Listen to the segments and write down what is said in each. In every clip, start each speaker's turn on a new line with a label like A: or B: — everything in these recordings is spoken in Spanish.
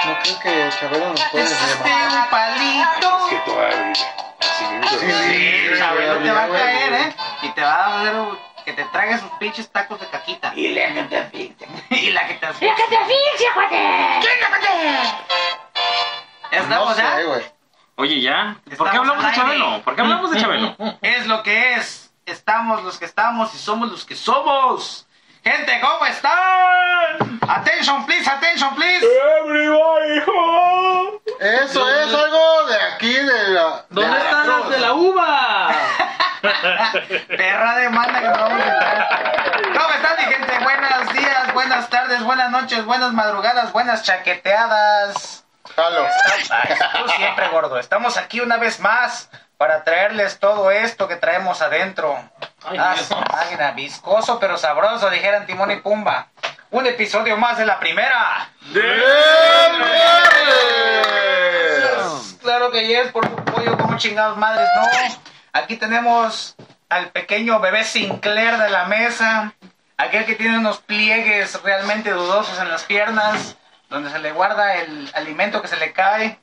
A: creo que Chabelo nos
B: Pues,
A: puede
C: Necesité
B: eh,
A: llamar.
C: un Este, palito.
D: Es que todavía. Si me dices-
A: Sí,
C: Chabelo te va a
A: güey.
C: caer, ¿eh? Y te va a hacer un- que te trague sus pinches tacos de caquita.
D: Y la que te pinta.
C: y la que te hace.
E: ¡La que te asfixia, cuate!
C: ¿Ya
B: Pues
A: No
C: ¿Estamos ya?
A: sé, güey.
B: Oye, ya. ¿Por
C: Estamos
B: qué hablamos de
C: al aire.
B: Chabelo? ¿Por qué hablamos de Chabelo?
C: Es lo que es. Estamos los que estamos y somos los que somos. Gente, ¿cómo están? Attention, please, attention, please.
D: Everybody home.
A: Eso es algo de aquí, de la. de
F: ¿Dónde están
A: Veracruz.
F: las de la uva?
C: Perra demanda que nos vamos a entrar. ¿Cómo están, mi gente? Buenos días, buenas tardes, buenas noches, buenas madrugadas, buenas chaqueteadas.
A: Jalo.
C: Ay, Tú siempre, gordo. Estamos aquí una vez más para traerles todo esto que traemos adentro.
F: Ay,
C: Ah,
F: Dios.
C: su máquina, viscoso pero sabroso, dijeran Timón y Pumba. Un episodio más de la primera.
A: ¡Viernes!
C: Claro que yes, por un pollo como chingados madres, no. Aquí tenemos al pequeño bebé Sinclair de la mesa, aquel que tiene unos pliegues realmente dudosos en las piernas, donde se le guarda el alimento que se le cae.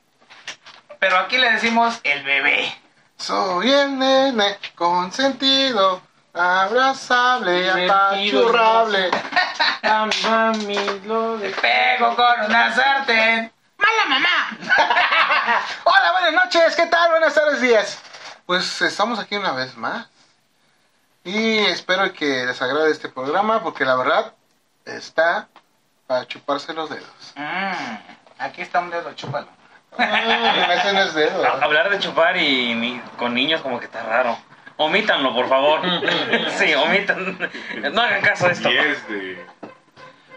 C: Pero aquí le decimos el bebé.
A: Soy el nene consentido, abrazable,
F: Divertido,
A: apachurrable.
F: A mi mami lo de...
C: Pego con una sartén. ¡Mala mamá!
A: Hola, buenas noches, ¿qué tal? Buenas tardes, días. Pues estamos aquí una vez más. Y espero que les agrade este programa porque la verdad está para chuparse los dedos.
C: Mm, aquí está un dedo, chúpalo.
A: Ah, ese no es dedo.
B: Ha- Hablar de chupar y ni- con niños como que está raro. Omítanlo, por favor. Sí, omitan. No hagan caso a esto.
D: Y es de.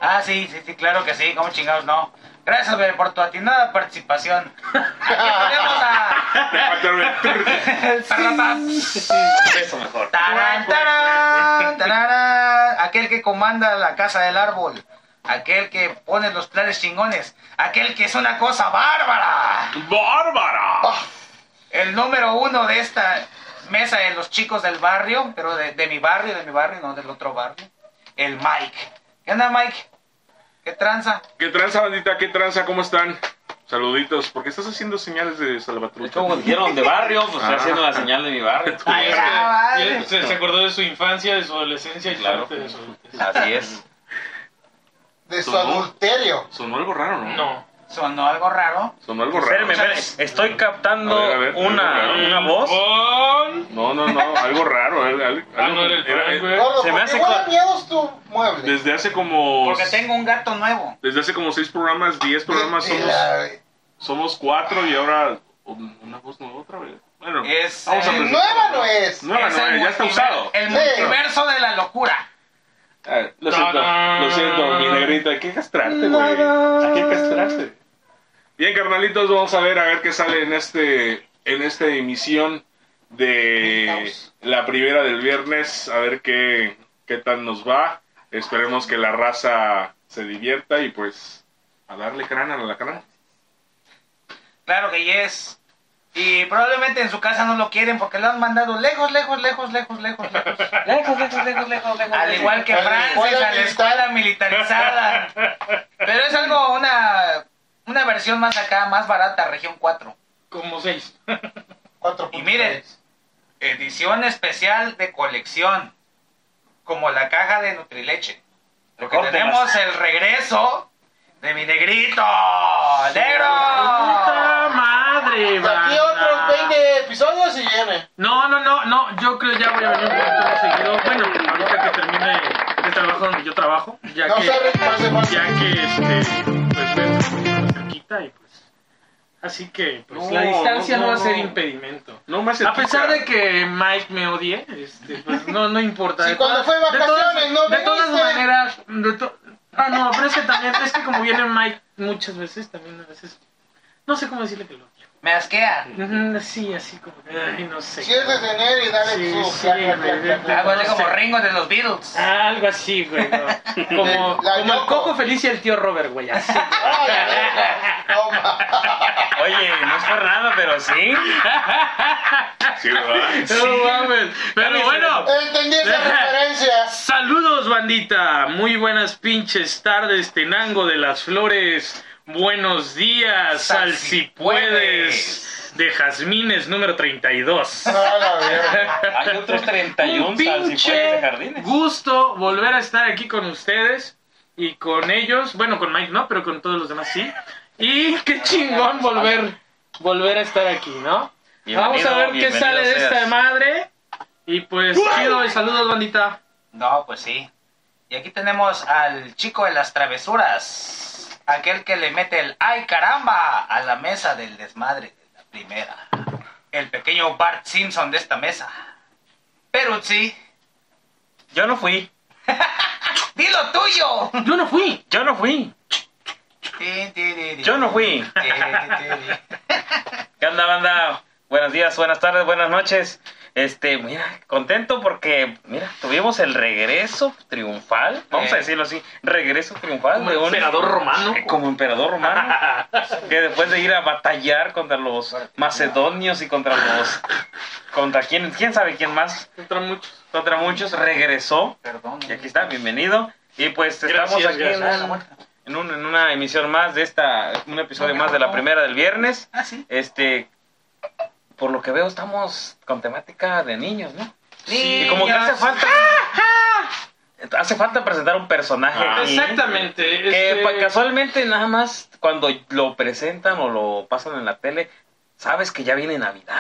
C: Ah, sí, sí, sí, claro que sí, como chingados no. Gracias, bebé, por tu atinada participación. Aquí ponemos a...
D: Le faltaron el turno.
B: Eso mejor.
C: Tarán, tarán, tararán. Aquel que comanda la casa del árbol. Aquel que pone los planes chingones. Aquel que es una cosa bárbara.
D: ¡Bárbara!
C: El número uno de esta mesa de los chicos del barrio, pero de, de mi barrio, de mi barrio, no del otro barrio. El Mike. ¿Qué onda, Mike? ¿Qué tranza?
D: ¿Qué tranza, bandita? ¿Qué tranza? ¿Cómo están? Saluditos. ¿Por qué estás haciendo señales de
B: Es
D: Salvatrucha?
B: como dijeron de barrio, pues estoy
D: Ah.
B: haciendo la señal de mi barrio.
C: Ahí
F: Ah,
C: está,
F: Y
C: vale.
F: él Se, se acordó de su infancia, de su adolescencia y
B: Claro.
F: parte de su adultez.
B: Así es.
A: De su
D: ¿Sonó?
A: adulterio.
D: Sonó algo raro, ¿no?
F: No.
C: Sonó algo raro.
D: Sonó algo raro.
B: Espérenme, espérenme. Estoy captando
D: A ver, a ver,
B: una,
D: a ver.
B: una voz.
F: Con-
D: No, no, no. Algo raro. al- al-
F: Ah,
D: algo-
F: no era el
D: era- eh,
F: pan, güey.
A: Gordo,
B: Se
A: ¿por
B: me
A: qué
B: hace este
A: huele
B: cla-
A: miedo es tu mueble?
D: Desde hace como.
C: Porque tengo un gato nuevo.
D: Desde hace como seis programas, diez programas, somos, somos cuatro y ahora un- una voz nueva otra vez. Bueno,
C: Es,
D: vamos a
C: eh,
D: presentar.
A: Nueva no es.
D: Nueva
C: Es
D: no,
C: el
D: eh, ya está
C: multiver-
D: usado.
C: El
A: Sí.
C: multiverso de la locura.
D: Ah, lo siento,
F: Ta-da.
D: lo siento, mi negrita, hay que castrarte, güey. Hay que castrarte. Bien, carnalitos, vamos a ver a ver qué sale en este en esta emisión de la primera del viernes, a ver qué qué tal nos va. Esperemos que la raza se divierta y pues a darle crán a la crán.
C: Claro que yes. Y probablemente en su casa no lo quieren porque lo han mandado lejos, lejos, lejos, lejos, lejos, lejos.
E: Lejos, lejos, lejos, lejos, lejos.
C: Al igual que
A: A la
C: Francis,
A: escuela
C: a la escuela militarizada. Pero es algo, una, una versión más acá, más barata, región 4.
F: Como seis.
A: Cuatro
C: Y miren, edición especial de colección, como la caja de Nutrileche. Porque
B: Recórtelas.
C: tenemos el regreso de mi negrito. ¡Negro!
F: ¡Puta madre,
A: Aquí
F: banda!
A: otros 20 episodios y viene.
F: No, no, no, no, yo creo ya voy a venir un poquito más seguido. Bueno, ahorita que termine el trabajo donde yo trabajo, ya
A: No
F: que,
A: se retrase más.
F: ya que este, pues ven, cerquita y pues. Así que, pues
D: No,
F: la distancia no,
D: no,
F: va a ser
D: no.
F: impedimento.
D: No más
F: A pesar de que Mike me odie, este, pues no, no importa.
A: Sí,
F: De
A: cuando
F: todas-
A: fue vacaciones,
F: de todas,
A: no
F: De todas
A: viniste.
F: maneras, de to- ah, no, pero es que también, es que como viene Mike muchas veces, también a veces, no sé cómo decirle que lo odio.
C: Me asquea.
F: Mm, Sí, así como, que, ay, no sé.
A: Si es de tener y dale
F: Sí,
A: su.
F: sí,
A: clac, clac,
F: güey,
A: clac, clac.
C: Algo así
F: No
C: como
F: sé.
C: Ringo de los Beatles.
F: Algo así, güey. ¿no? Como,
A: La
F: como el
A: Yoko.
F: Coco Feliz y el tío Robert, güey. Así.
A: Ay, no, no, ma.
B: Oye, no es por nada, pero sí.
D: Sí, ¿verdad?
F: No mames. Pero bueno.
A: Entendí esa referencia.
F: Saludos, bandita. Muy buenas pinches tardes, Tenango de las Flores. Buenos días,
C: Sal
F: sal
C: si
F: si puedes. De Jazmines número 32.
A: No, la verga.
B: Hay otros 31 salsifuegos
F: Un
B: de
F: pinche
B: jardines.
F: gusto volver a estar aquí con ustedes y con ellos. Bueno, con Mike no, pero con todos los demás sí. Y
B: Ah,
F: qué chingón volver, volver a estar aquí, ¿no? Vamos
B: Bienvenido,
F: a ver qué
B: bienvenido
F: sale de
B: seas.
F: esta madre. Y pues, chido y saludos, bandita.
C: No, pues sí. Y aquí tenemos al chico de las travesuras. Aquel que le mete el ¡ay caramba! a la mesa del desmadre de la primera. El pequeño Bart Simpson de esta mesa. Pero sí,
B: Yo no fui.
C: dilo tuyo.
F: Yo no fui.
B: Yo no fui.
C: Ti, ti, ti, ti.
B: Yo no fui.
C: Ti, ti, ti,
B: ¿Qué onda, banda? Buenos días, buenas tardes, buenas noches. Este, mira, contento porque, mira, tuvimos el regreso triunfal, vamos a
C: Eh.
B: decirlo así, regreso triunfal
F: Como
B: de un
F: emperador romano.
B: eh, como emperador romano, que después de ir a batallar contra los macedonios y contra los, contra quién, quién sabe quién más,
F: Entra muchos.
B: contra muchos, regresó.
C: ti. Perdón.
B: Y aquí está, bienvenido. Y pues
F: eh. Gracias,
B: estamos aquí en
F: gracias.
B: un- en, un- en una emisión más de esta, un episodio más de la primera del viernes.
C: Ah, sí.
B: Este, por lo que veo, estamos con temática de niños, ¿no? Y como que
C: Niños.
B: hace falta. Hace falta presentar un personaje.
D: Ah,
B: aquí,
F: Exactamente.
B: Que
F: este,
B: pa- casualmente, nada más cuando lo presentan o lo pasan en la tele, sabes que ya viene Navidad.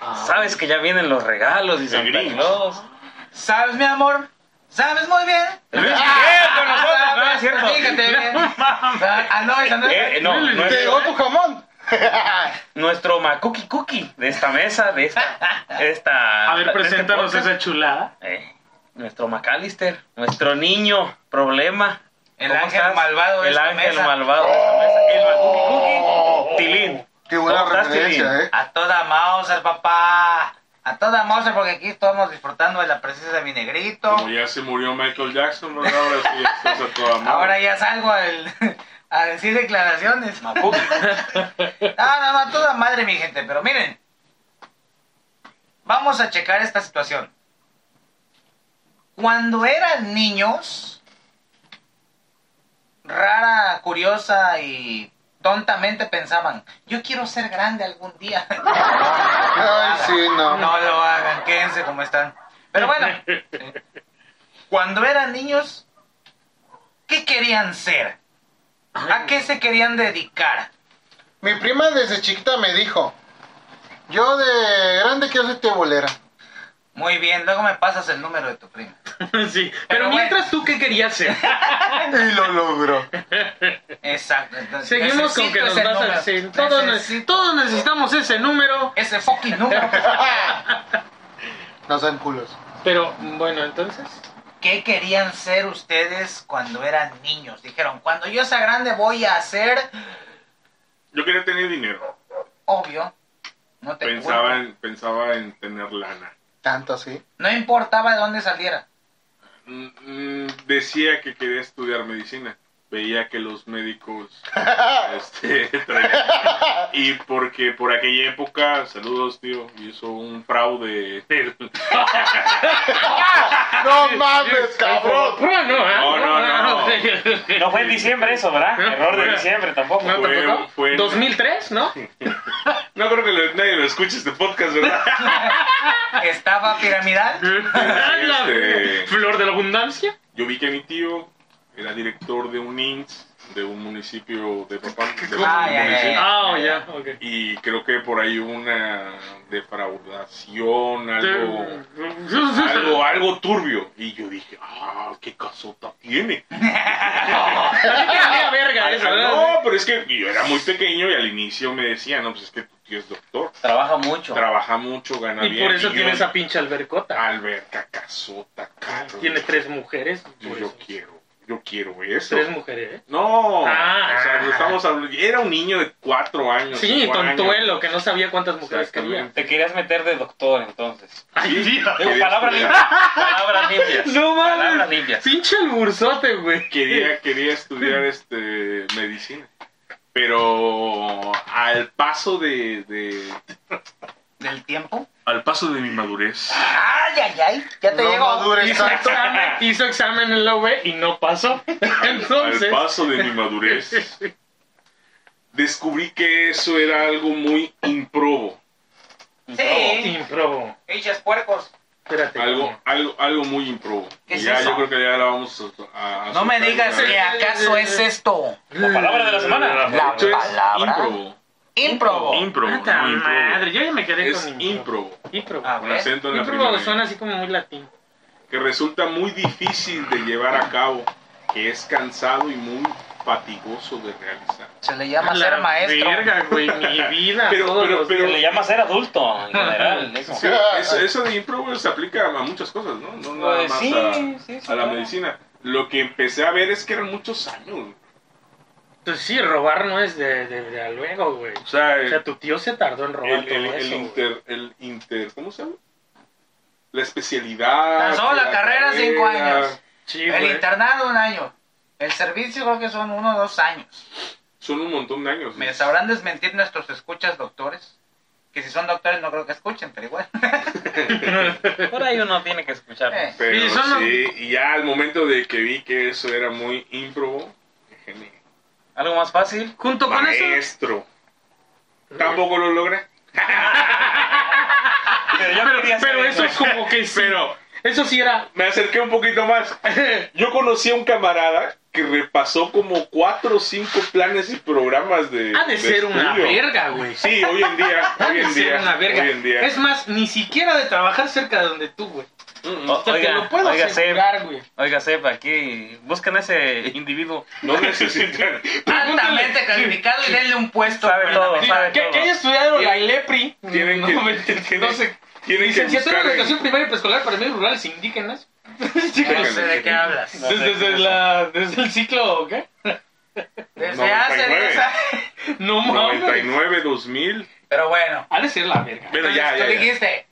F: Ah.
B: Sabes que ya vienen los regalos y Santa
D: Grinch.
B: Claus.
C: ¿Sabes, mi amor? ¿Sabes muy bien? Ah,
B: Luis Miguel con nosotros, no, es cierto.
C: Fíjate bien. Ah, no, esa no es-
B: Eh, eh, no, no es-
A: Llegó tu jamón.
B: nuestro Makuki Cookie de esta mesa, de esta. de esta
F: A ver,
B: de este
F: preséntanos
B: podcast.
F: esa chulada.
B: Eh, nuestro McAllister, nuestro niño problema.
C: El
B: ¿Cómo
C: ángel malvado de
B: El
C: esta
B: ángel
C: mesa.
B: malvado de esta mesa. El Makuki Cookie. Tilín.
A: Qué buena
B: ¿Cómo estás,
A: referencia,
B: Tilín?
A: eh.
C: A toda Mauser, papá. A toda Mauser, porque aquí estamos disfrutando de la presencia de mi negrito.
D: Como ya se murió Michael Jackson, ¿verdad? Ahora sí, estás a toda madre.
C: Ahora ya salgo al- a decir declaraciones. No,
B: Makuki.
C: no, Ah, no, a toda madre, mi gente. Pero miren, vamos a checar esta situación. Cuando eran niños, rara, curiosa y tontamente pensaban, yo quiero ser grande algún día.
A: Ay, sí, no.
C: No lo hagan, quédense como están. Pero bueno, eh, cuando eran niños, ¿qué querían ser? ¿A qué se querían dedicar?
A: Mi prima desde chiquita me dijo, yo de grande quiero ser tebolera.
C: Muy bien, luego me pasas el número de tu prima.
F: sí. Pero,
C: Pero bueno.
F: mientras tú, ¿qué querías hacer?
A: Y lo logró.
C: Exacto. entonces,
F: Seguimos con
C: necesito
F: que nos
C: ese
F: vas a
C: número.
F: decir. Todos, ne-
C: Necesito
F: todos necesitamos ese número.
C: ese fucking número.
A: Nos dan culos.
F: Pero bueno, entonces.
C: ¿Qué querían ser ustedes cuando eran niños? Dijeron, cuando yo sea grande voy a ser,
D: Yo quería tener dinero.
C: obvio, no te
D: Pensaba
C: culpo.
D: en, pensaba en tener lana.
A: Tanto así.
C: No importaba de dónde saliera.
D: Mm, mm, Decía que quería estudiar medicina. Veía que los médicos este, traían- y porque por aquella época, saludos tío, hizo un fraude
A: No mames, cabrón.
F: Bueno, ¿eh?
D: No, no, no.
B: No fue en diciembre eso, ¿verdad? Error de diciembre tampoco.
F: No,
D: Fue-
F: tampoco.
D: fue en-
F: 2003, ¿no?
D: No creo que lo- nadie lo escuche este podcast, ¿verdad?
C: Estaba piramidal.
F: La
D: Este-
F: Flor de la abundancia.
D: Yo vi que mi tío era director de un INS, de un municipio de papá. de
C: Ah,
D: un
C: ya, ya,
D: municipio.
C: ya.
F: Ah, oh, ya, ok.
D: Y creo que por ahí hubo una defraudación, algo,
F: Algo.
D: algo, algo turbio. Y yo dije, ah, qué casota tiene.
F: verga eso,
D: Ah,
F: ¿verdad?
D: no, pero es que yo era muy pequeño y al inicio me decían, no, pues es que tu tío es doctor,
B: Trabaja mucho.
D: trabaja mucho, gana
F: Y
D: bien.
F: por eso
D: yo-
F: tiene esa pinche
D: Ah,
F: albercota.
D: alberca, casota, carro.
F: Tiene tres mujeres.
D: Yo,
F: por
D: yo
F: eso.
D: quiero, yo quiero eso.
F: Tres mujeres, ¿eh?
D: No,
F: Ah.
D: o sea, lo estamos hablando- Era un niño de cuatro años.
F: Sí,
D: cinco años.
F: tontuelo, que no sabía cuántas mujeres quería.
D: Exactamente.
B: Te querías meter de doctor entonces.
F: Ay, Dios.
B: Digo, palabra
D: Quería
B: limpia. Palabras limpias.
F: No
B: Palabras
F: mames.
B: limpias.
F: Pinche el bursote, güey.
D: Quería, quería estudiar este medicina. Pero al paso de, de-
C: ¿Del tiempo?
D: al paso de mi madurez.
C: ¡Ay, ay, ay! Ya te
A: No
C: llegó.
A: madures
F: Hizo
A: tanto.
F: examen, hizo examen en la UB y no pasó.
D: Al
F: Entonces.
D: paso de mi madurez. Descubrí que eso era algo muy improbo.
C: Sí.
F: Improbo.
C: Pinches puercos.
F: Espérate.
D: Algo, algo, algo muy improbo.
C: ¿Qué es
D: ya,
C: eso?
D: yo creo que ya la vamos a- a, a
C: No me
D: soltar
C: digas
D: de una
C: que
D: vez.
C: acaso es esto.
B: La palabra de la semana.
C: La
D: Esto es
C: palabra.
D: Improbo.
C: Improbo.
D: Improbo. no
F: Puta
D: improbo.
F: Ah, madre, yo ya me quedé
D: Es
F: con
D: improbo.
F: Improbo.
C: Ah,
D: Con acento en la
F: Improbo
D: primera.
F: suena así como muy latín.
D: que resulta muy difícil de llevar a cabo, que es cansado y muy fatigoso de realizar.
C: Se le llama
F: la
C: ser maestro.
F: Verga, güey, mi vida.
D: Pero-
F: todos
D: pero-
F: los
D: pero-
B: Se
F: días.
B: le llama ser adulto en general. Eso.
A: Sí.
D: Eso, eso de improbo se aplica a muchas cosas, ¿no? No nada
B: Pues
D: más
B: sí,
D: a,
B: sí, sí,
D: a la
B: claro.
D: medicina. Lo que empecé a ver es que eran muchos años.
F: Pues sí, robar no es de, de, de a luego, güey.
D: O sea,
F: O
D: el,
F: sea, tu tío se tardó en robar
D: el-
F: todo
D: el- el
F: eso. güey.
D: inter, el inter... ¿Cómo se llama? La especialidad.
C: Tan solo la carrera, cinco años.
F: Sí,
C: El
F: güey.
C: internado, un año. El servicio, creo que son uno o dos años.
D: Son un montón de años.
C: ¿Me sabrán desmentir nuestros escuchas doctores? Que si son doctores, no creo que escuchen, pero igual.
B: Por ahí uno tiene que escuchar.
C: Eh,
D: Pero
F: Sí, son los-
D: sí, y ya al momento de que vi que eso era muy improbo, dije, "Mira,
B: Algo más fácil.
F: Junto con eso.
D: Maestro. Tampoco lo logré.
B: Pero yo
F: Pero,
B: quería
F: pero
B: ser-
F: eso es como que sí.
D: Pero
F: Eso sí era.
D: me acerqué un poquito más. Yo conocí a un camarada que repasó como cuatro o cinco planes y programas de.
F: Ha de ser una
D: estudio.
F: verga, güey.
D: Sí, hoy en día.
F: Ha
D: hoy
F: de
D: en
F: ser
D: día.
F: una verga.
D: Hoy en día.
F: Es más, ni siquiera de trabajar cerca de donde tú, güey.
D: Mm,
B: O-
D: mm.
F: O sea,
B: oiga,
F: te lo puedo
B: oiga,
F: asegurar, güey.
B: Oiga, Seb, aquí buscan a ese individuo.
D: No necesitan.
C: altamente calificado y denle un puesto.
B: Sabe
C: buena
B: todo,
C: mesa.
B: sabe
F: Que, que haya estudiado la ILEPRI.
D: Tienen que.
F: No,
D: tienen,
F: no sé.
D: tienen que
F: Licenciatura en
D: buscar en-
F: Educación Primaria y Preescolar para Medio Rural, sin indígenas.
C: No sé de qué hablas.
B: No sé
F: Desde, desde
B: qué es
F: la, desde el ciclo, ¿o ¿qué?
C: Desde hace
D: 99.
C: 10 años.
F: No mames.
D: 99, 2000.
C: Pero bueno.
F: Ha de ser la verga.
D: Pero ya,
C: Tú
D: ya. ya.
C: dijiste,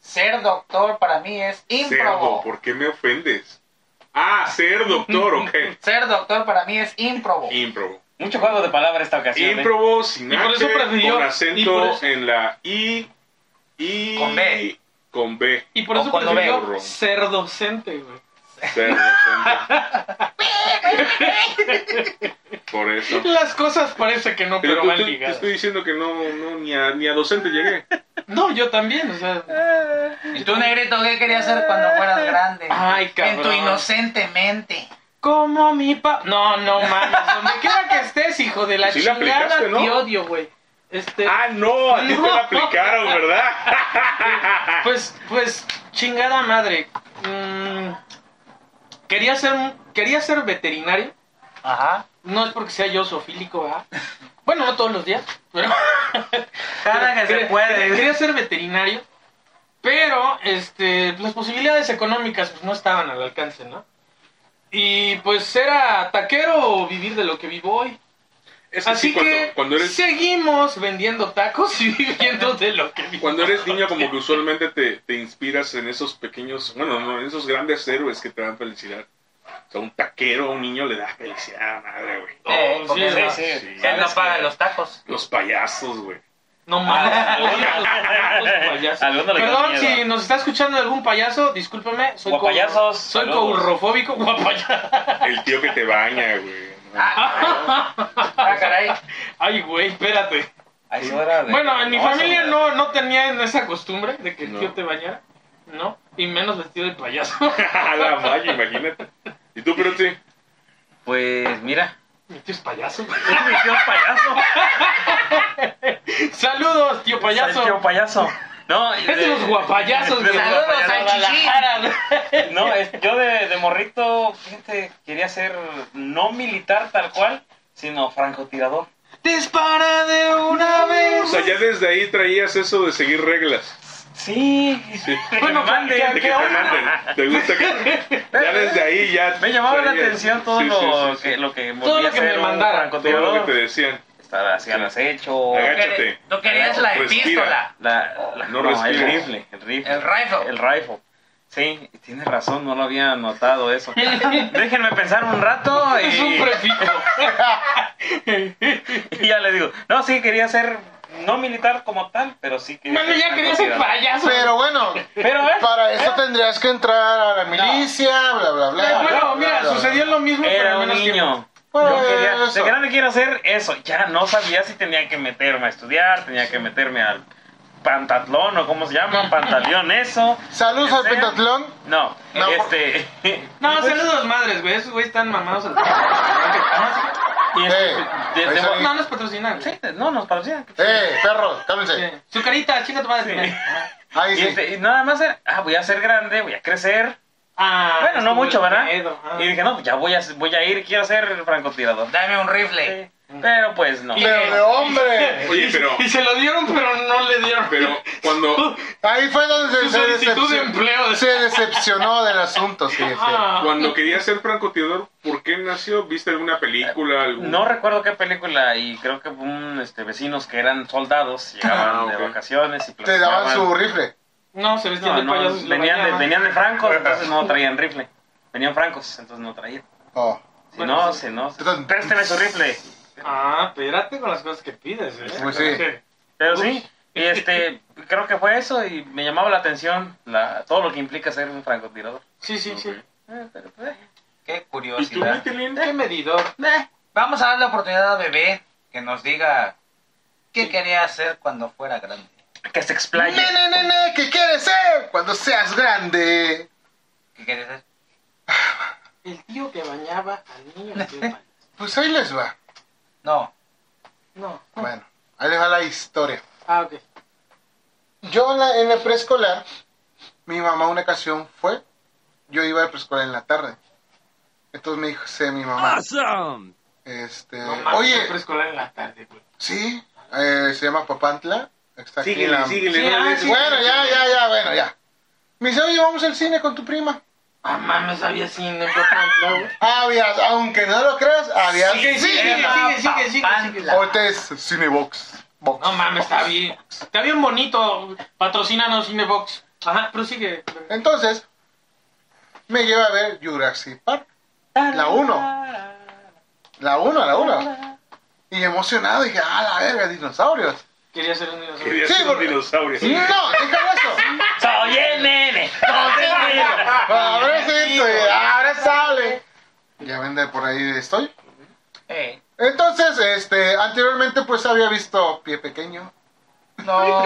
C: ser doctor para mí es
D: Cerdo,
C: ímprobo.
D: ¿por qué me ofendes? Ah, ser doctor, ok.
C: Ser doctor para mí es ímprobo.
D: Improbo.
B: Mucho juego de palabras esta ocasión. ¿eh?
D: Improbo sin
F: Y por eso
D: H, con
F: prefirió- y por
D: acento
F: eso-
D: en la I, y
C: Con B.
D: Con B.
F: Y por
C: O
F: eso
C: cuando
F: prefirió
D: veo.
F: ser docente, güey.
D: Ser docente. Por eso.
F: Las cosas parece que no, pero
D: Pero
F: van
D: te, te
F: ligadas.
D: estoy diciendo que no, no ni, a, ni a docente llegué.
F: No, yo también, o sea.
C: ¿Y tú, negrito, qué querías ser cuando fueras grande?
F: Ay, cabrón.
C: En tu inocente mente.
F: Como mi pa. No, no mames. Donde quiera que estés, hijo de la
D: Pues Sí la
F: chingada,
D: aplicaste, ¿no?
F: te odio, güey. Este.
D: Ah, no, a ti te
F: No.
D: la aplicaron, ¿verdad?
F: Pues, pues, chingada madre. Mm, quería ser. Quería ser veterinario.
C: Ajá.
F: No es porque sea yo zoofílico, ¿verdad? Bueno, no todos los días, pero.
C: Cada que se
F: Quería- Quería,
C: puede.
F: quería ser veterinario, pero este, las posibilidades económicas pues, no estaban al alcance, ¿no? Y pues era taquero o vivir de lo que vivo hoy.
D: Es que
F: Así
D: sí, cuando,
F: que
D: cuando eres,
F: seguimos vendiendo tacos y viviendo de lo que vivo.
D: cuando eres niño, como que usualmente te, te inspiras en esos pequeños, bueno, no, en esos grandes héroes que te dan felicidad. O sea, un taquero a un niño le da felicidad a la madre, güey.
C: Eh,
F: Oh, sí,
C: porque
F: sí,
B: sí.
C: él no paga los tacos.
D: Los payasos, güey.
F: No mames, odio los tacos, payaso.
B: Alguno le dio
F: Perdón
B: miedo.
F: si nos está escuchando algún payaso, discúlpeme, soy
B: Guapayasos,
F: co- soy
B: saludos.
F: courrofóbico, guapaya-
D: El tío que te baña, güey.
C: Ah, ah, caray.
F: Ay, güey, espérate.
B: Ahí sí era de-
F: Bueno, en mi
B: no,
F: familia
B: eso-
F: no, no tenían esa costumbre de que el
D: No.
F: tío te bañara, ¿no? Y menos vestido de payaso.
D: A la madre, imagínate. ¿Y tú, pero sí?
B: Pues mira.
F: Mi tío es payaso.
B: Mi tío payaso.
F: Saludos, tío payaso.
B: El tío payaso. No,
F: es de los guapayasos.
B: de los
F: güey.
C: Saludos al
F: Guadalajara.
B: No, es- yo de, de morrito, fíjate, quería ser no militar tal cual, sino francotirador.
F: Dispara de una
D: O
F: vez.
D: sea, ya desde ahí traías eso de seguir reglas.
B: Sí.
D: Sí.
F: Bueno,
B: que me manden.
D: De que te manden. Te gusta que... Ya desde ahí ya...
B: Me llamaba la
D: traías-
B: atención todo
D: Sí, sí,
B: lo,
D: sí,
B: Que,
D: sí.
B: lo que envolvía
F: Todo lo que
B: ser
F: me
B: un
F: mandara.
D: Todo lo
B: francotirador.
D: que te decían.
B: Estar hacían acecho.
D: Agacha-
C: Tú querías- Tú querías la
D: Respira.
C: epístola.
B: La, la-
D: No
B: el
D: respires.
B: rifle, el rifle.
C: El rifle.
B: El rifle. Sí, tienes razón, no lo había notado eso. Déjenme pensar un rato
F: Es un
B: y,
F: prefijo.
B: y ya le digo, no, sí, quería ser no militar como tal, pero sí que...
F: Mano, ya quería ser payaso.
A: Pero bueno,
B: Pero, ¿eh?
A: para eso tendrías que entrar a la milicia, bla, bla, bla.
F: Pero
A: bla,
F: bueno,
A: bla,
F: mira,
A: bla,
F: sucedió lo mismo,
B: Era
F: pero
B: un
F: menos
B: niño.
A: Pues,
B: Yo quería, de
A: eso.
B: grande quiero hacer eso. Ya no sabía si tenía que meterme a estudiar, tenía que meterme al pantatlón o cómo se llama, pantaleón, eso.
A: bla. Saludos al
B: Este,
A: pentatlón.
B: No,
A: No.
B: este.
F: No, saludos madres, güey. Esos güey están mamados. al- Ah,
B: y este,
A: Eh,
B: de-
A: ahí
B: de-
A: sale.
F: sí. No nos patrocinan.
B: Sí, no, nos parecía.
A: Eh, perros,
F: Sí.
A: cálmense.
F: Su carita, chica tu madre.
B: Sí.
A: Ahí
B: Y,
A: sí.
B: este, y nada más era, ah, voy a ser grande, voy a crecer.
F: Ah,
B: bueno, no
F: estuvo
B: mucho,
F: el
B: ¿verdad?
F: pedo, ah.
B: Y dije, no, pues ya voy a, voy a ir, quiero ser francotirador.
C: Dame un rifle.
B: Sí, Pero pues no.
A: Pero de hombre.
D: Oye, pero,
F: Y se lo dieron, pero no le dieron.
D: pero cuando,
A: Ahí fue donde se,
F: Su
A: se
F: solicitud de
A: decepcion-
F: empleo.
A: se decepcionó del asunto, sí, sí.
F: Ah.
D: cuando quería ser francotirador, ¿por qué nació? ¿Viste alguna película? algún-
B: No recuerdo qué película y creo que un, este, vecinos que eran soldados llegaban
D: Ah, ok.
B: de vacaciones y
A: Te
B: platicaban.
A: daban su rifle.
F: No, se vestían
B: No,
F: de
B: no,
F: payasos. lo
B: venían, de,
F: bañaban.
B: venían de francos, entonces no traían rifle. Venían francos, entonces no traían.
A: Oh.
B: Si
F: Bueno,
B: no,
F: sí.
B: si no, si-
A: Entonces-
B: présteme su rifle.
F: Ah, espérate con las cosas que pides, ¿eh?
A: Pues sí.
B: Pero sí, y este, creo que fue eso y me llamaba la atención la, todo lo que implica ser un francotirador.
F: Sí, sí, sí.
B: Eh, pero, pues, eh,
C: Qué
D: ¿Y tú,
C: curiosidad.
D: Michelin?
F: Qué medidor.
B: eh.
C: Vamos a darle oportunidad a Bebé que nos diga qué quería hacer cuando fuera grande.
B: que se explaye.
A: Nene, nene, ¿qué quieres ser cuando seas grande?
C: ¿Qué quería hacer?
F: El tío que bañaba al niño. el tío pa-
A: Pues ahí les va.
C: No.
F: No.
A: Ah. Bueno, ahí les va la historia.
F: Ah, ok.
A: Yo en la, en la preescolar, mi mamá una ocasión fue, yo iba a la preescolar en la tarde. Entonces me dijo, sé mi mamá. Este,
F: No mames,
A: oye,
F: preescolar en la tarde, güey.
A: sí, eh, se llama Papantla. Está aquí en
D: Síguele,
A: la-
D: síguele.
F: Sí,
D: no
F: ah,
D: le-
F: sí.
A: Bueno, ya, ya, ya, bueno, ya. Me dice, oye, vamos al cine con tu prima.
F: Ah, mames, había cine en Papantla, güey.
A: Había, aunque no lo creas, había
F: Sigue,
A: cine.
F: sigue, sigue, sigue, sigue, sigue.
C: Papantla.
A: Ahorita es Cinebox. Box.
F: No mames, está bien. Está bien bonito. Patrocínanos Cinebox. Ajá, pero sigue.
A: Entonces, me lleva a ver Jurassic Park. La 1. La 1, la 1. Y emocionado dije, ah, la verga, dinosaurios.
F: Quería ser un dinosaurio.
D: Quería
A: Sí,
D: ser un
A: porque-
D: dinosaurio.
A: No, deja eso.
B: Soy el nene. no te rías.
A: Ahora sí, estoy- ahora sale. Ya vende por ahí estoy.
C: Ey.
A: Entonces, este, anteriormente pues había visto Pie Pequeño.
C: No.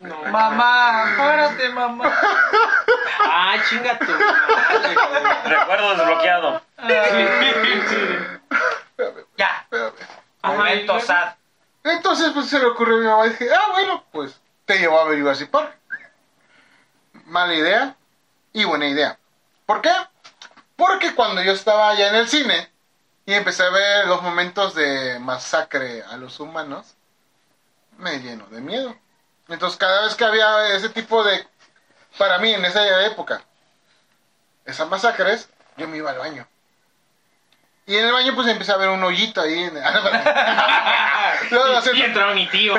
F: No,
C: mamá, párate, mamá.
F: Ah, chinga tu madre, güey.
B: Recuerdo desbloqueado.
F: Sí, sí.
C: Ya.
F: Ajá, y luego-
C: Momento sad.
A: Entonces, pues se le ocurrió a mi mamá y dije, ah, bueno, pues te llevo a ver Jurassic Park. Mala idea y buena idea. ¿Por qué? Porque cuando yo estaba allá en el cine y empecé a ver los momentos de masacre a los humanos, me lleno de miedo. Entonces, cada vez que había ese tipo de, para mí en esa época, esas masacres, yo me iba al baño. Y en el baño, pues empecé a ver un hoyito ahí. En... Luego,
F: Y, y
A: haciendo-
F: entraba Ah, mi tío.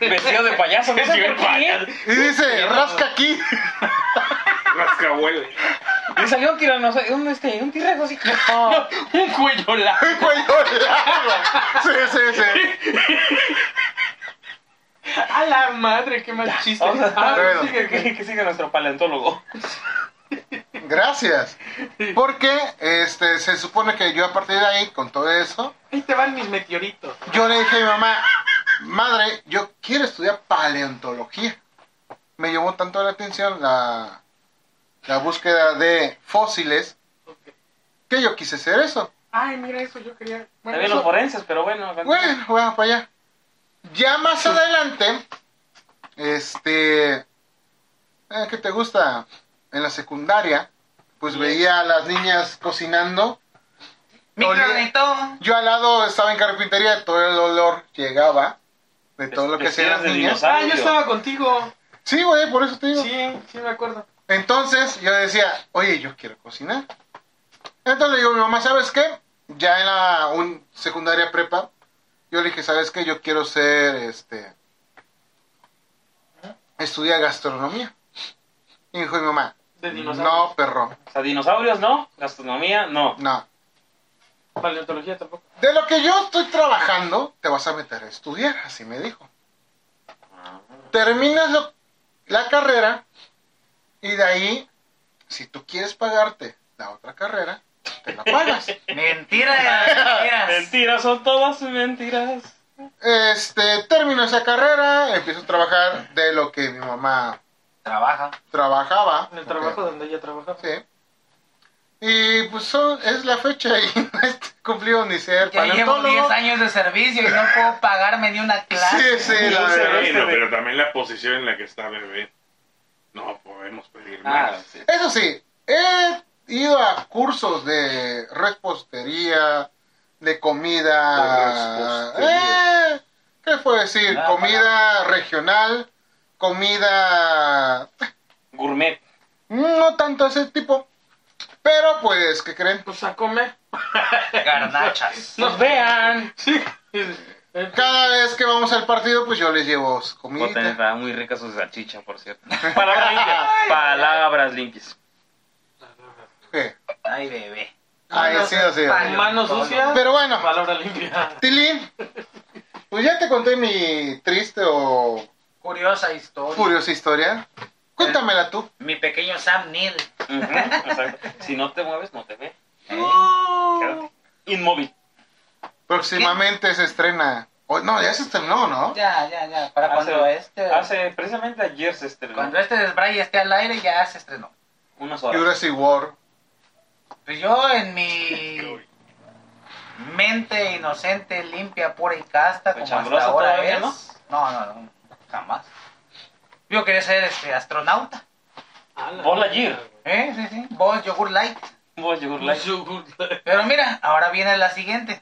B: Vestido de payaso, no sé por qué.
A: Y dice,
F: Mierda.
A: rasca aquí.
D: Rascahuele.
B: Y salió un tiranosaurio, un, este, un tirrejo así.
F: Un cuello largo.
A: Cuello largo. Sí, sí, sí.
F: A la madre, qué mal chiste.
B: vamos a-
F: Ah,
A: Bueno.
F: sigue,
B: Que,
F: que-
B: que siga nuestro paleontólogo.
A: Gracias. Porque este, se supone que yo a partir de ahí, con todo eso,
F: Ahí te van mis meteoritos.
A: yo le dije a mi mamá, madre, yo quiero estudiar paleontología. Me llamó tanto la atención la, la búsqueda de fósiles que yo quise hacer eso.
F: Ay, mira eso, yo quería. Bueno,
B: También los
F: eso-
B: forenses, pero bueno.
A: Bueno, vamos para allá. Ya más adelante, este, eh, ¿qué te gusta? En la secundaria, pues veía a las niñas cocinando.
C: Micronito.
A: Yo al lado estaba en carpintería, todo el olor llegaba de todo lo que hacían las
B: Vestidas de
A: niñas.
B: dinosaurio.
F: Ah, yo estaba contigo.
A: Sí, güey, por eso te digo.
F: Sí, sí, me acuerdo.
A: Entonces yo decía, oye, yo quiero cocinar. Entonces le digo a mi mamá, ¿sabes qué? Ya en la un, secundaria prepa, yo le dije, ¿sabes qué? Yo quiero ser, este, estudiar gastronomía. Y dijo mi mamá,
F: De dinosaurios.
A: no, perro,
B: O sea, dinosaurios no, gastronomía no.
A: no.
F: Paleontología tampoco.
A: De lo que yo estoy trabajando, te vas a meter a estudiar, así me dijo. Terminas lo- la carrera y de ahí, si tú quieres pagarte la otra carrera, te la pagas.
C: Mentira de las mentiras.
B: Mentiras, son todas mentiras.
A: Este, termino esa carrera, empiezo a trabajar de lo que mi mamá
C: Trabaja.
A: trabajaba.
F: En el
A: porque-
F: trabajo donde ella trabajaba.
A: Sí. Y pues son- es la fecha y no he cumplido ni ser
C: Yo llevo
A: paleontólogo.
C: 10 años de servicio y no puedo pagarme ni una
A: Sí,
C: clase.
A: sí, la
B: Dulce
A: verdad.
B: este
D: Bueno,
B: de-
D: pero también la posición en la que está bebé. No podemos pedir
B: Ah,
D: más.
B: sí.
A: Eso sí, he ido a cursos de repostería, de comida.
D: De repostería.
A: eh, ¿Qué les puedo decir?
C: Ah,
A: comida regional, comida.
B: Gourmet.
A: No tanto ese tipo. Pero pues, ¿qué creen?
F: Pues a comer.
C: Garnachas.
F: ¡Nos vean! Sí.
A: Cada vez que vamos al partido, pues yo les llevo
B: Botan,
A: comida.
B: está muy rica su salchicha, por cierto. Palabras limpias. Palabras limpias.
C: Ay, bebé.
A: Ay, Ah, sí, sí, sí.
F: Manos sucias.
A: Pero bueno,
F: Palabra limpia.
A: Tilín, pues ya te conté mi triste o
C: Curiosa historia.
A: curiosa historia. Cuéntamela tú.
C: Mi pequeño Sam Neill.
B: Ujú, exacto. Si no te mueves, no te ve.
C: ¿eh?
B: Quédate Inmóvil.
A: Próximamente se estrena. Oh, no, ya se estrenó, ¿no?
C: Ya, ya, ya.
B: Ah,
C: Para cuando
B: Hace-
C: este.
B: Hace precisamente ayer se estrenó.
C: Cuando este desbraye esté al aire, ya se estrenó.
B: Unas horas.
A: Jurassic World.
C: Pues yo en mi mente inocente, limpia, pura y casta, como hasta
B: Chambrosa
C: ahora
B: todavía,
C: es. Pues ¿no? no, no, jamás. Yo quería ser este, astronauta.
B: Buzz Lightyear.
C: ¿Eh? Sí, sí. Vos, yogur light.
B: Voy a
F: La
B: llegar
C: Pero mira, ahora viene la siguiente.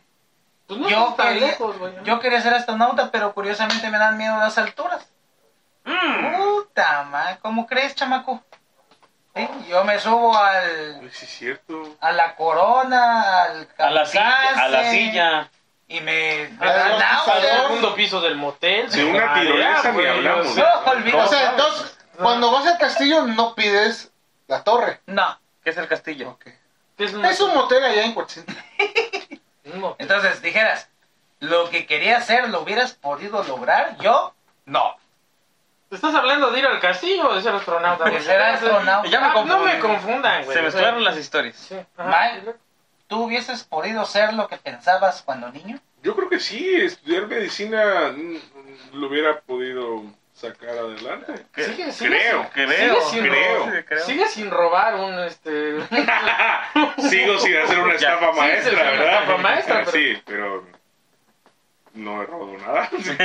F: Pues no
C: Yo
F: estás tan
C: quería-
F: lejos, güey.
C: Yo quería ser astronauta, pero curiosamente me dan miedo las alturas.
B: Mm.
C: Puta madre, ¿cómo crees, chamaco? ¿Sí? Yo me subo al,
D: Sí, es cierto.
C: a la corona, al
B: A la silla. A la
C: kamikaze,
B: silla.
C: Y me me
A: Al-
C: dan
A: Pero-
F: Al
C: náuseas.
F: segundo piso del motel.
D: Si una
F: Madre,
D: tirolesa ni
F: güey,
D: hablamos.
F: yo-
C: No, olvídate.
A: O sea, entonces, cuando vas al castillo no pides la torre.
C: No.
B: ¿Qué es el castillo?
A: Ok.
F: ¿Qué es un
A: Es un motel allá en Cuauhtémoc.
F: un motel?
C: Entonces, dijeras, lo que quería hacer lo hubieras podido lograr, yo no.
F: ¿Estás hablando de ir al castillo o de ser astronauta?
C: De
F: güey?
C: ser astronauta.
F: Ya me
B: Ah,
F: confundí.
B: no me
F: confundan,
B: Se mezclaron las historias.
F: Sí.
C: Mal. ¿Tú hubieses podido ser lo que pensabas cuando niño?
D: Yo creo que sí, estudiar medicina mm, lo hubiera podido sacar adelante.
B: Que-
F: Sigue, sigue
D: Creo,
F: sin-
B: Creo,
F: sigue sin
D: creo.
F: robar-
B: Sí, creo.
F: Sigue sin robar un este.
D: Ah, Sigo sin hacer una
B: Ya.
D: estafa
F: Sí,
D: maestra,
F: sí, sí, una
D: ¿verdad?
F: estafa maestra, pero-
D: Sí, pero no he robado nada.
C: Sí,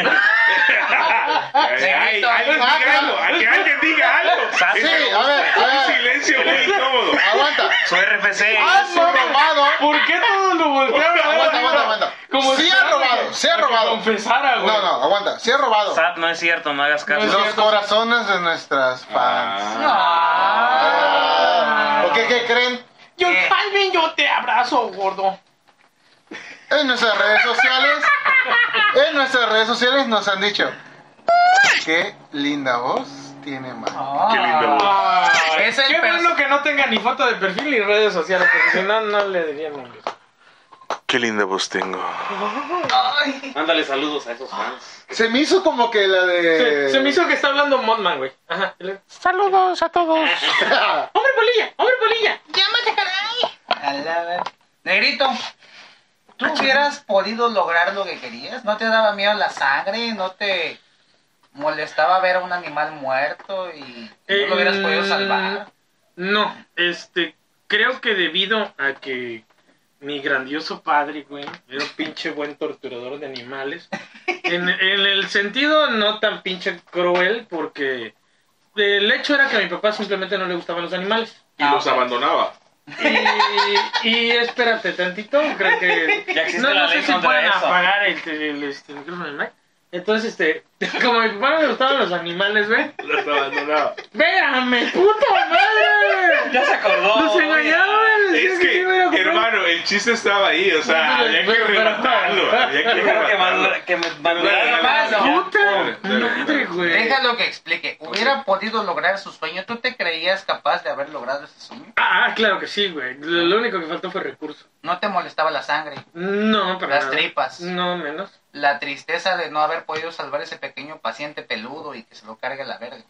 D: Ay, ay,
C: Víctor.
D: alguien diga algo, ay, que alguien diga algo.
B: Ah, Sí, a
A: Sí, a
D: Este-
A: ver, a
D: Un
A: ver.
D: silencio muy incómodo.
A: Aguanta.
B: Su RFC.
A: Has robado.
F: ¿Por qué todo lo voltearon? a ver
A: Aguanta,
F: arriba?
A: aguanta, aguanta.
F: Como
A: Sí
F: si
A: ha
F: fuera
A: robado,
F: que-
A: sí ha
F: que
A: robado.
F: Confesara, güey.
A: No, no, aguanta. Sí he robado.
B: Sat, no es cierto, no hagas caso.
A: Los corazones de nuestras fans.
C: Ah.
A: ¿Por qué, qué creen?
F: Yo,
C: Eh.
F: Jaime, yo te abrazo, gordo.
A: En nuestras redes sociales, en nuestras redes sociales nos han dicho qué linda voz tiene Mario.
C: Ah.
D: Qué lindo.
F: Ay,
C: Es el
F: qué
C: pers-
F: bueno que no tenga ni foto de perfil ni redes sociales, porque si no, no le dirían nombres.
D: Qué linda voz tengo.
B: Mándale saludos a esos fans.
A: Se me hizo como que la de.
F: Se, se me hizo que está hablando Mothman, güey. Ajá.
E: Saludos a todos.
F: ¡Hombre polilla! ¡Hombre polilla!
C: A la ver- Negrito, ¿tú hubieras podido lograr lo que querías? ¿No te daba miedo la sangre? ¿No te molestaba ver a un animal muerto y no
F: Eh,
C: lo hubieras podido
F: mm,
C: salvar?
F: No, este, creo que debido a que mi grandioso padre, güey, era un pinche buen torturador de animales, en, en el sentido no tan pinche cruel, porque el hecho era que a mi papá simplemente no le gustaban los animales.
D: Y los abandonaba.
F: Y, y espérate tantito, creo que...
B: Ya existe
F: no,
B: la
F: no
B: ley
F: sé si
B: contra
F: pueden
B: eso.
F: apagar el, el- este, el micrófono del Mac. Entonces, este, como a mi papá no le gustaban los animales, güey,
D: Los abandonaba.
F: ¡Véame, puta madre!
B: Ya se acordó.
F: ¡Nos engañaban!
D: Es que, hermano, el chiste estaba ahí, o sea,
F: Pero-
D: había que
F: pero- pero-
D: rematarlo. Había que
B: Creo que
D: rematarlo.
B: madura- que
D: Pero-
B: maduraron más,
D: pero-
B: ¿no?
F: Puta
D: Ya, ya,
F: madre,
D: ya.
C: pues,
F: güey.
C: Déjalo que explique. ¿Hubiera podido lograr su sueño? ¿Tú te creías capaz de haber logrado ese sueño?
F: Ah, ah, claro que sí, güey. Lo, lo único que faltó fue recurso.
C: No te molestaba la sangre,
F: No, para
C: Las
F: nada.
C: tripas.
F: No, menos.
C: la tristeza de no haber podido salvar ese pequeño paciente peludo y que se lo cargue la verga.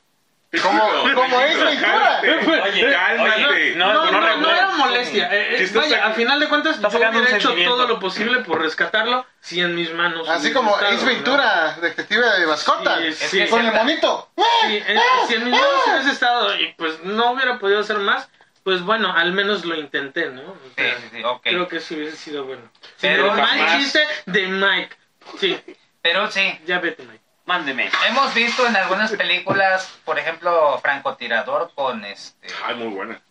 A: Como, como es
D: Tranquilo,
A: pintura.
D: cálmate,
B: Oye,
D: cálmate.
B: oye,
F: No, no, no,
B: recuerdo.
F: era molestia. Eh, eh,
D: Que estás
F: vaya,
D: sacando-
F: al final de cuentas, yo
B: estás sacando
F: hubiera
B: un
F: hecho
B: sentimiento.
F: todo lo posible por rescatarlo si en mis manos.
A: Así
F: hubiera
A: como
F: estado,
A: Ace
F: ¿no?
A: Ventura, detective de mascota.
F: Sí, sí.
C: que
A: con el
C: cierta-
A: monito.
F: Sí, eh, si en mis manos hubiese estado y pues no hubiera podido hacer más, pues bueno, al menos lo intenté, ¿no? O
C: Sí,
F: sea,
C: sí, sí, ok.
F: Creo que eso hubiese sido bueno.
C: Pero
F: Pero mal
C: jamás-
F: chiste de Mike. Sí,
C: Pero sí,
F: ya vete, Mike.
B: Mándeme.
C: hemos visto en algunas películas, por ejemplo, francotirador con este,
D: Ay, muy buena.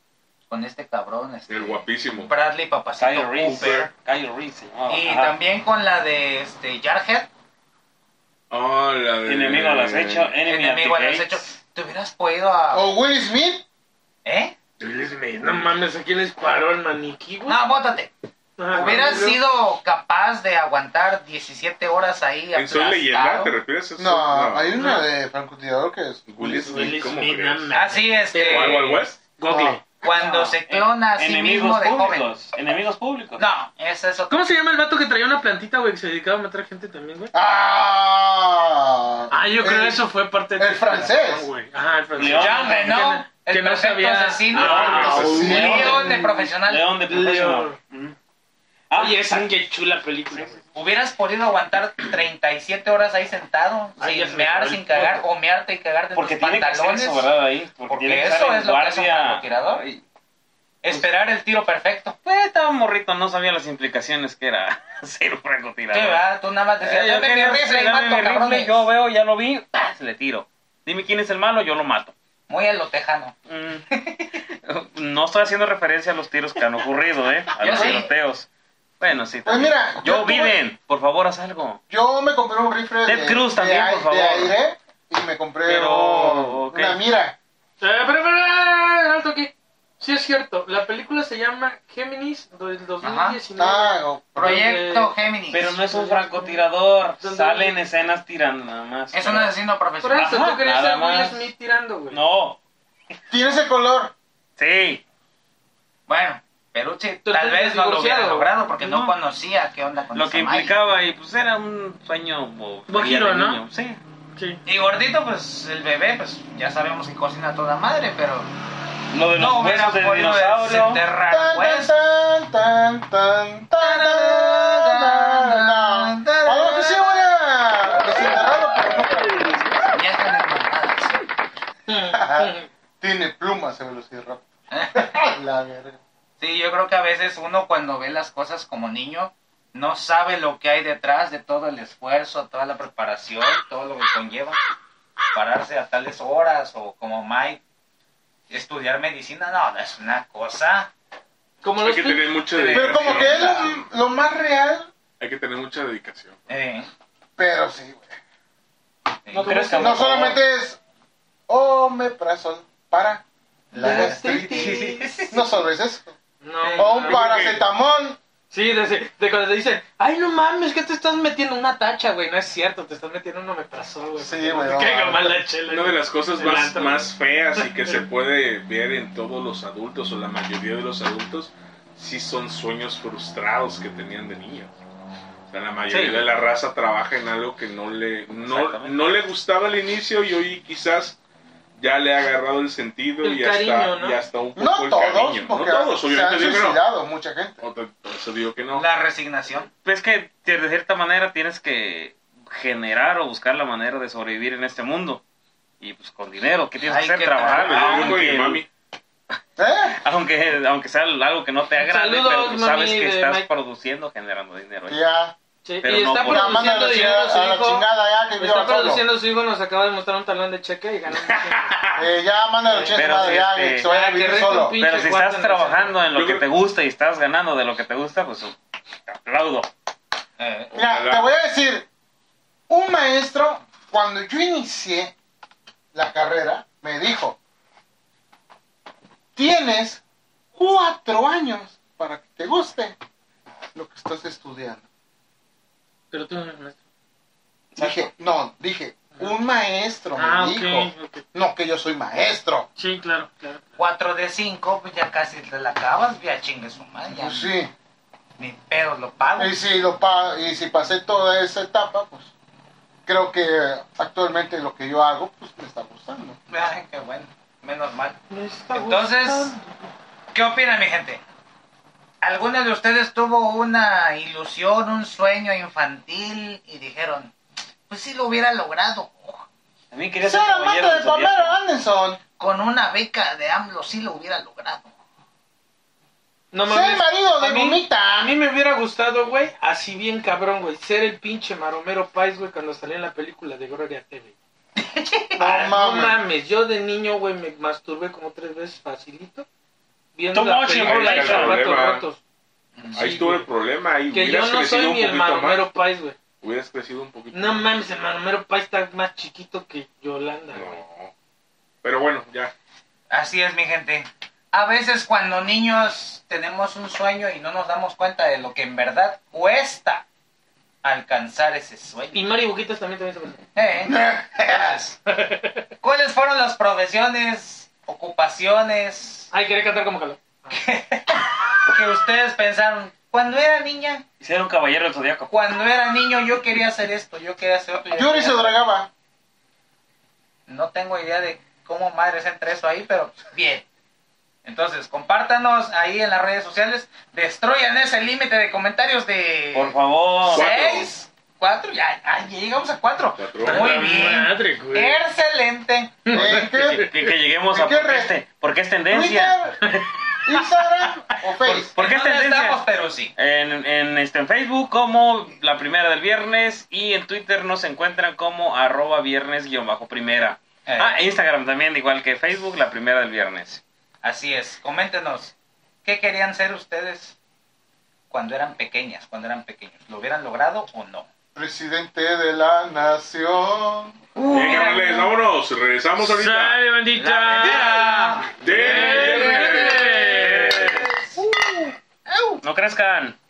C: con este cabrón, este,
D: El guapísimo.
C: Bradley Papacito
B: Kyle Reese.
C: Cooper.
B: Kyle Reese. ah,
C: Y
B: ajá.
C: también con la de este Jarhead,
D: Oh, la de...
B: Enemigo lo has hecho. Enemy
C: Eh, enemigo
B: at
C: al
B: the
C: acecho.
B: gates.
C: Te hubieras podido
F: Ah.
C: a-
D: Oh.
A: O Will Smith.
C: ¿Eh?
F: No mames, ¿a quién les paró el maniquí, güey?
C: No, bótate.
F: Ah,
C: ¿Hubieras
F: no,
C: sido capaz de aguantar 17 horas ahí
D: ¿En Soy Leyenda? ¿Te
C: aplastado?
D: refieres a eso?
A: No, hay una
F: No.
A: de francotirador que es.
D: Will Smith,
F: Will
D: ¿cómo
F: Smith,
D: crees?
F: no,
C: Así este,
D: ¿Wild Wild West?
F: Google.
A: No.
C: Oh. cuando se clona a sí mismo
B: Ah, Enemigos
C: de joven.
B: públicos. Enemigos públicos. Ah,
C: No, ese es otro.
F: ¿Cómo se llama el vato que traía una plantita, güey, que se dedicaba a matar gente también, güey?
A: ¡Ah!
F: Ah, yo creo
A: El-
F: que eso fue parte
A: el francés.
F: No, güey. Ajá, el francés.
B: León.
C: Jean Reno,
F: que
C: el
F: no
C: perfecto
F: sabía-
C: asesino,
F: Ah,
A: sí.
C: León de profesional.
B: pues, León de
F: León.
B: Profesional. Ujú. Ah,
F: Oye, esa qué chula película. güey.
C: Hubieras podido aguantar 37 horas ahí sentado,
F: Ay, ya se
C: sin
F: me
C: mear,
F: acabó el
C: sin cagar,
F: puto.
C: o mearte y cagar de
B: Porque
C: tus
B: tiene que ser
C: pantalones.
B: eso, ¿verdad? Ahí. Porque,
C: Porque
B: tiene que
C: eso
B: estar en
C: es lo que hace un
B: guardia. Pues
C: francotirador.
B: Ay,
C: Esperar el tiro perfecto.
B: Pues estaba morrito, no sabía las implicaciones que era ser un
C: ¿Qué
B: francotirador.
C: va? Tú nada más decías,
B: Eh, yo
C: dame mi
B: quería
C: rifle y
B: dame
C: mato,
B: mi rifle,
C: cabrones.
B: Yo veo, ya lo vi, ¡tas! Ah, le tiro. Dime quién es el malo, yo lo mato.
C: Muy a lo tejano.
B: Mm. no estoy haciendo referencia a los tiros que han ocurrido, ¿eh? A
C: Yo
B: los
C: sí.
B: tiroteos. Bueno, sí.
A: Pues
B: también.
A: mira,
B: yo,
A: tuve-
B: Biden, por favor, haz algo.
A: Yo me compré un rifle
B: Ted Cruz también,
A: de,
B: por favor.
A: de aire y me compré
B: Pero,
A: un-
B: ok.
A: una mira.
F: Eh, pero, pero, eh, alto aquí. Sí es cierto, la película se llama Géminis del 2019.
A: Ah, o-
C: Proyecto
F: Donde-
C: Géminis.
B: Pero no es un francotirador.
F: ¿Dónde?
B: Salen escenas tirando nada más.
C: Es un asesino
F: Por
C: profesional.
F: eso,
B: Ajá,
F: tú querías
B: nada
F: ser Will
B: más.
F: Smith tirando, güey.
B: No.
A: Tienes el color.
B: Sí.
C: Bueno, Peruche
F: Tú
C: tal
F: eres
C: vez no lo hubiera
F: divorciado.
C: logrado porque no,
B: No.
C: conocía qué onda con
B: Lo
C: esa
B: que
C: magia.
B: implicaba y pues era un sueño bo-
F: Guajiro,
B: de
F: ¿no?
B: niño. Sí.
F: Sí.
C: Y gordito, pues el bebé, pues ya sabemos que cocina a toda madre, pero
B: Lo de los
C: no hubiera
B: huesos de
C: podido
B: dinosaurio.
C: desenterrar
A: Tan, tan,
C: huesos.
A: tan, tan, tan, tan, tan, tan. A lo que sí voy a desenterrarlo, pero no.
C: Pues, Ya están encantadas.
A: Tiene plumas el velociraptor. La verga.
C: Sí, yo creo que a veces uno cuando ve las cosas como niño no sabe lo que hay detrás de todo el esfuerzo, toda la preparación, todo lo que conlleva pararse a tales horas o como Mike estudiar medicina, no, no es una cosa.
F: Como
D: Hay
F: los
D: que
F: Pink-
D: tener mucha
A: Pero
D: dedicación.
A: como que es lo, lo más real,
D: Hay que tener mucha dedicación.
C: Eh,
A: pero sí, güey.
C: sí.
F: No,
B: Pero es que-
A: No solamente es omeprazol para la
C: La
A: gastritis. No solo es eso.
F: No,
A: O un
F: mames.
A: paracetamol.
F: Sí, de, ese- de cuando te dicen, ay, no mames, que te estás metiendo una tacha, güey. No es cierto, te estás metiendo un omeprazol, güey.
A: Sí,
F: Porque
A: güey,
F: te
A: no
F: Caiga
A: mames.
F: mal la chela.
D: Una de las cosas
F: El
D: más,
F: antro.
D: más feas y que se puede ver en todos los adultos o la mayoría de los adultos, sí son sueños frustrados que tenían de niños. O sea, la mayoría
B: Sí.
D: de la raza trabaja en algo que no le, no,
B: Exactamente.
D: no le gustaba al inicio y hoy quizás ya le ha agarrado el sentido
F: El
D: y, hasta,
F: cariño, ¿no?
D: y hasta un poco
A: No
D: el
A: todos,
D: cariño.
A: porque
D: no todos,
A: se han
D: obviamente digo que no.
A: suicidado mucha gente.
D: O te- Por eso digo que no.
C: La resignación.
B: Pues Es que de cierta manera tienes que generar o buscar la manera de sobrevivir en este mundo. Y pues con dinero, ¿qué tienes
C: Hay
B: que hacer?
C: que
D: Ah,
B: trabajar.
D: Me dio un poco de
B: aunque-
D: mami.
A: ¿Eh?
B: Aunque, aunque sea algo que no te agrade,
F: Saludos,
B: pero pues sabes
F: mami,
B: que
F: de
B: estás
F: Mike.
B: produciendo, generando dinero.
A: Ya.
F: Sí,
B: Pero
F: y
B: no,
F: está
B: por-
A: La manda a
F: produciendo
A: la
F: dinero
A: chingada,
F: su
A: a la
F: hijo.
A: chingada ya que
F: Está
A: viva solo.
F: produciendo su hijo, nos acaba de mostrar un talón de cheque y ganó un
A: Eh, ya manda a la chingada
B: Pero
A: su madre,
B: si
A: ya
B: este-
A: que se vaya a
F: Ah, que
A: vivir
F: renta un
A: solo.
F: pinche
B: Pero si
F: cuarto
B: estás
F: en el
B: trabajando en lo
D: Yo
B: que
D: creo-
B: te gusta y estás ganando de lo que te gusta, pues uh, te aplaudo.
C: Eh,
A: Mira, te voy a decir, un maestro, cuando yo inicié la carrera, me dijo, tienes cuatro años para que te guste. estás estudiando.
F: Pero tú no eres maestro.
A: Dije, no, dije, un maestro me
F: Ah,
A: dijo.
F: ok, ok.
A: No que yo soy maestro.
F: Sí, claro, claro.
C: 4 de 5, pues ya casi te la acabas, ya chingue su madre, ya
A: Pues sí.
C: ni pedo lo pago.
A: Y si, lo pa- y si pasé toda esa etapa, pues creo que actualmente lo que yo hago, pues me está gustando.
C: Ay, qué bueno, menos mal. Entonces, ¿qué opina mi gente? ¿Alguno de ustedes tuvo una ilusión, un sueño infantil y dijeron, pues si lo hubiera logrado,
B: A mí quería
A: Ser
B: ser
A: amante
B: caballero
A: de
B: del
A: Pamela
B: Zodiaco.
A: Anderson.
C: con una beca de AMLO sí lo hubiera logrado?
F: no
A: Ser el
F: mames.
A: marido de
F: A mí-
A: Gomita.
F: A mí me hubiera gustado, güey, así bien cabrón, güey, ser el pinche Maromero Pais, güey, cuando salía en la película de Gloria TV.
A: No
F: No
A: mames.
F: mames, yo de niño, güey, me masturbé como tres veces facilito. Viendo
B: Too
F: la
B: much
F: película de
B: information.
F: Zapatos
D: Problema.
F: Rotos.
D: Ahí
F: Sí,
D: estuvo
F: güey.
D: el problema. Ahí
F: Que
D: hubieras
F: yo no
D: crecido
F: soy
D: un
F: ni el
D: poquito
F: Maromero
D: más.
F: Pais, güey.
D: Hubieras crecido un poquito
F: No
D: más.
F: mames, el Maromero Pais está más chiquito que Yolanda, güey.
D: No. Pero bueno, ya.
C: Así es, mi gente. A veces cuando niños tenemos un sueño y no nos damos cuenta de lo que en verdad cuesta alcanzar ese sueño.
F: Y Mario Boquitas también también se parece.
C: Eh, entonces, ¿Cuáles fueron las profesiones, ocupaciones
F: Ay, quería cantar como calor.
C: que ustedes pensaron? Cuando era niña,
B: Y ser un caballero del Zodíaco.
C: cuando era niño yo quería hacer esto, yo quería hacer otro. yo
A: Yuri
C: quería
A: se
C: hacer-
A: dragaba.
C: No tengo idea de cómo madres entre eso ahí, pero bien. Entonces, compártanos ahí en las redes sociales. Destruyan ese límite de comentarios de
B: Por favor.
D: Sí.
C: seis, cuatro, ya, ah, ya llegamos a cuatro.
D: Cuatro.
C: Muy
F: La
C: bien.
F: Madre, güey.
C: Excelente.
A: ¿En qué?
B: Que, que lleguemos a
A: ¿Qué
B: porque
A: re-
B: este, porque es tendencia.
A: ¿Twitter? ¿Instagram o Face?
B: Porque
C: Pues, ¿En
B: es
C: dónde estamos,
B: tendencia.
C: pero sí.
B: En, en, este, en Facebook como la primera del viernes y en Twitter nos encuentran como arroba viernes guión bajo primera.
C: Eh,
B: Ah, e Instagram también, igual que Facebook, la primera del viernes.
C: Así es. Coméntenos. ¿Qué querían ser ustedes cuando eran pequeñas, cuando eran pequeños? ¿Lo hubieran logrado o no?
A: Presidente de la nación.
D: Bien, carnales, vámonos. Regresamos ahorita.
F: Sale, bandita.
D: ¡Dele!
B: No crezcan.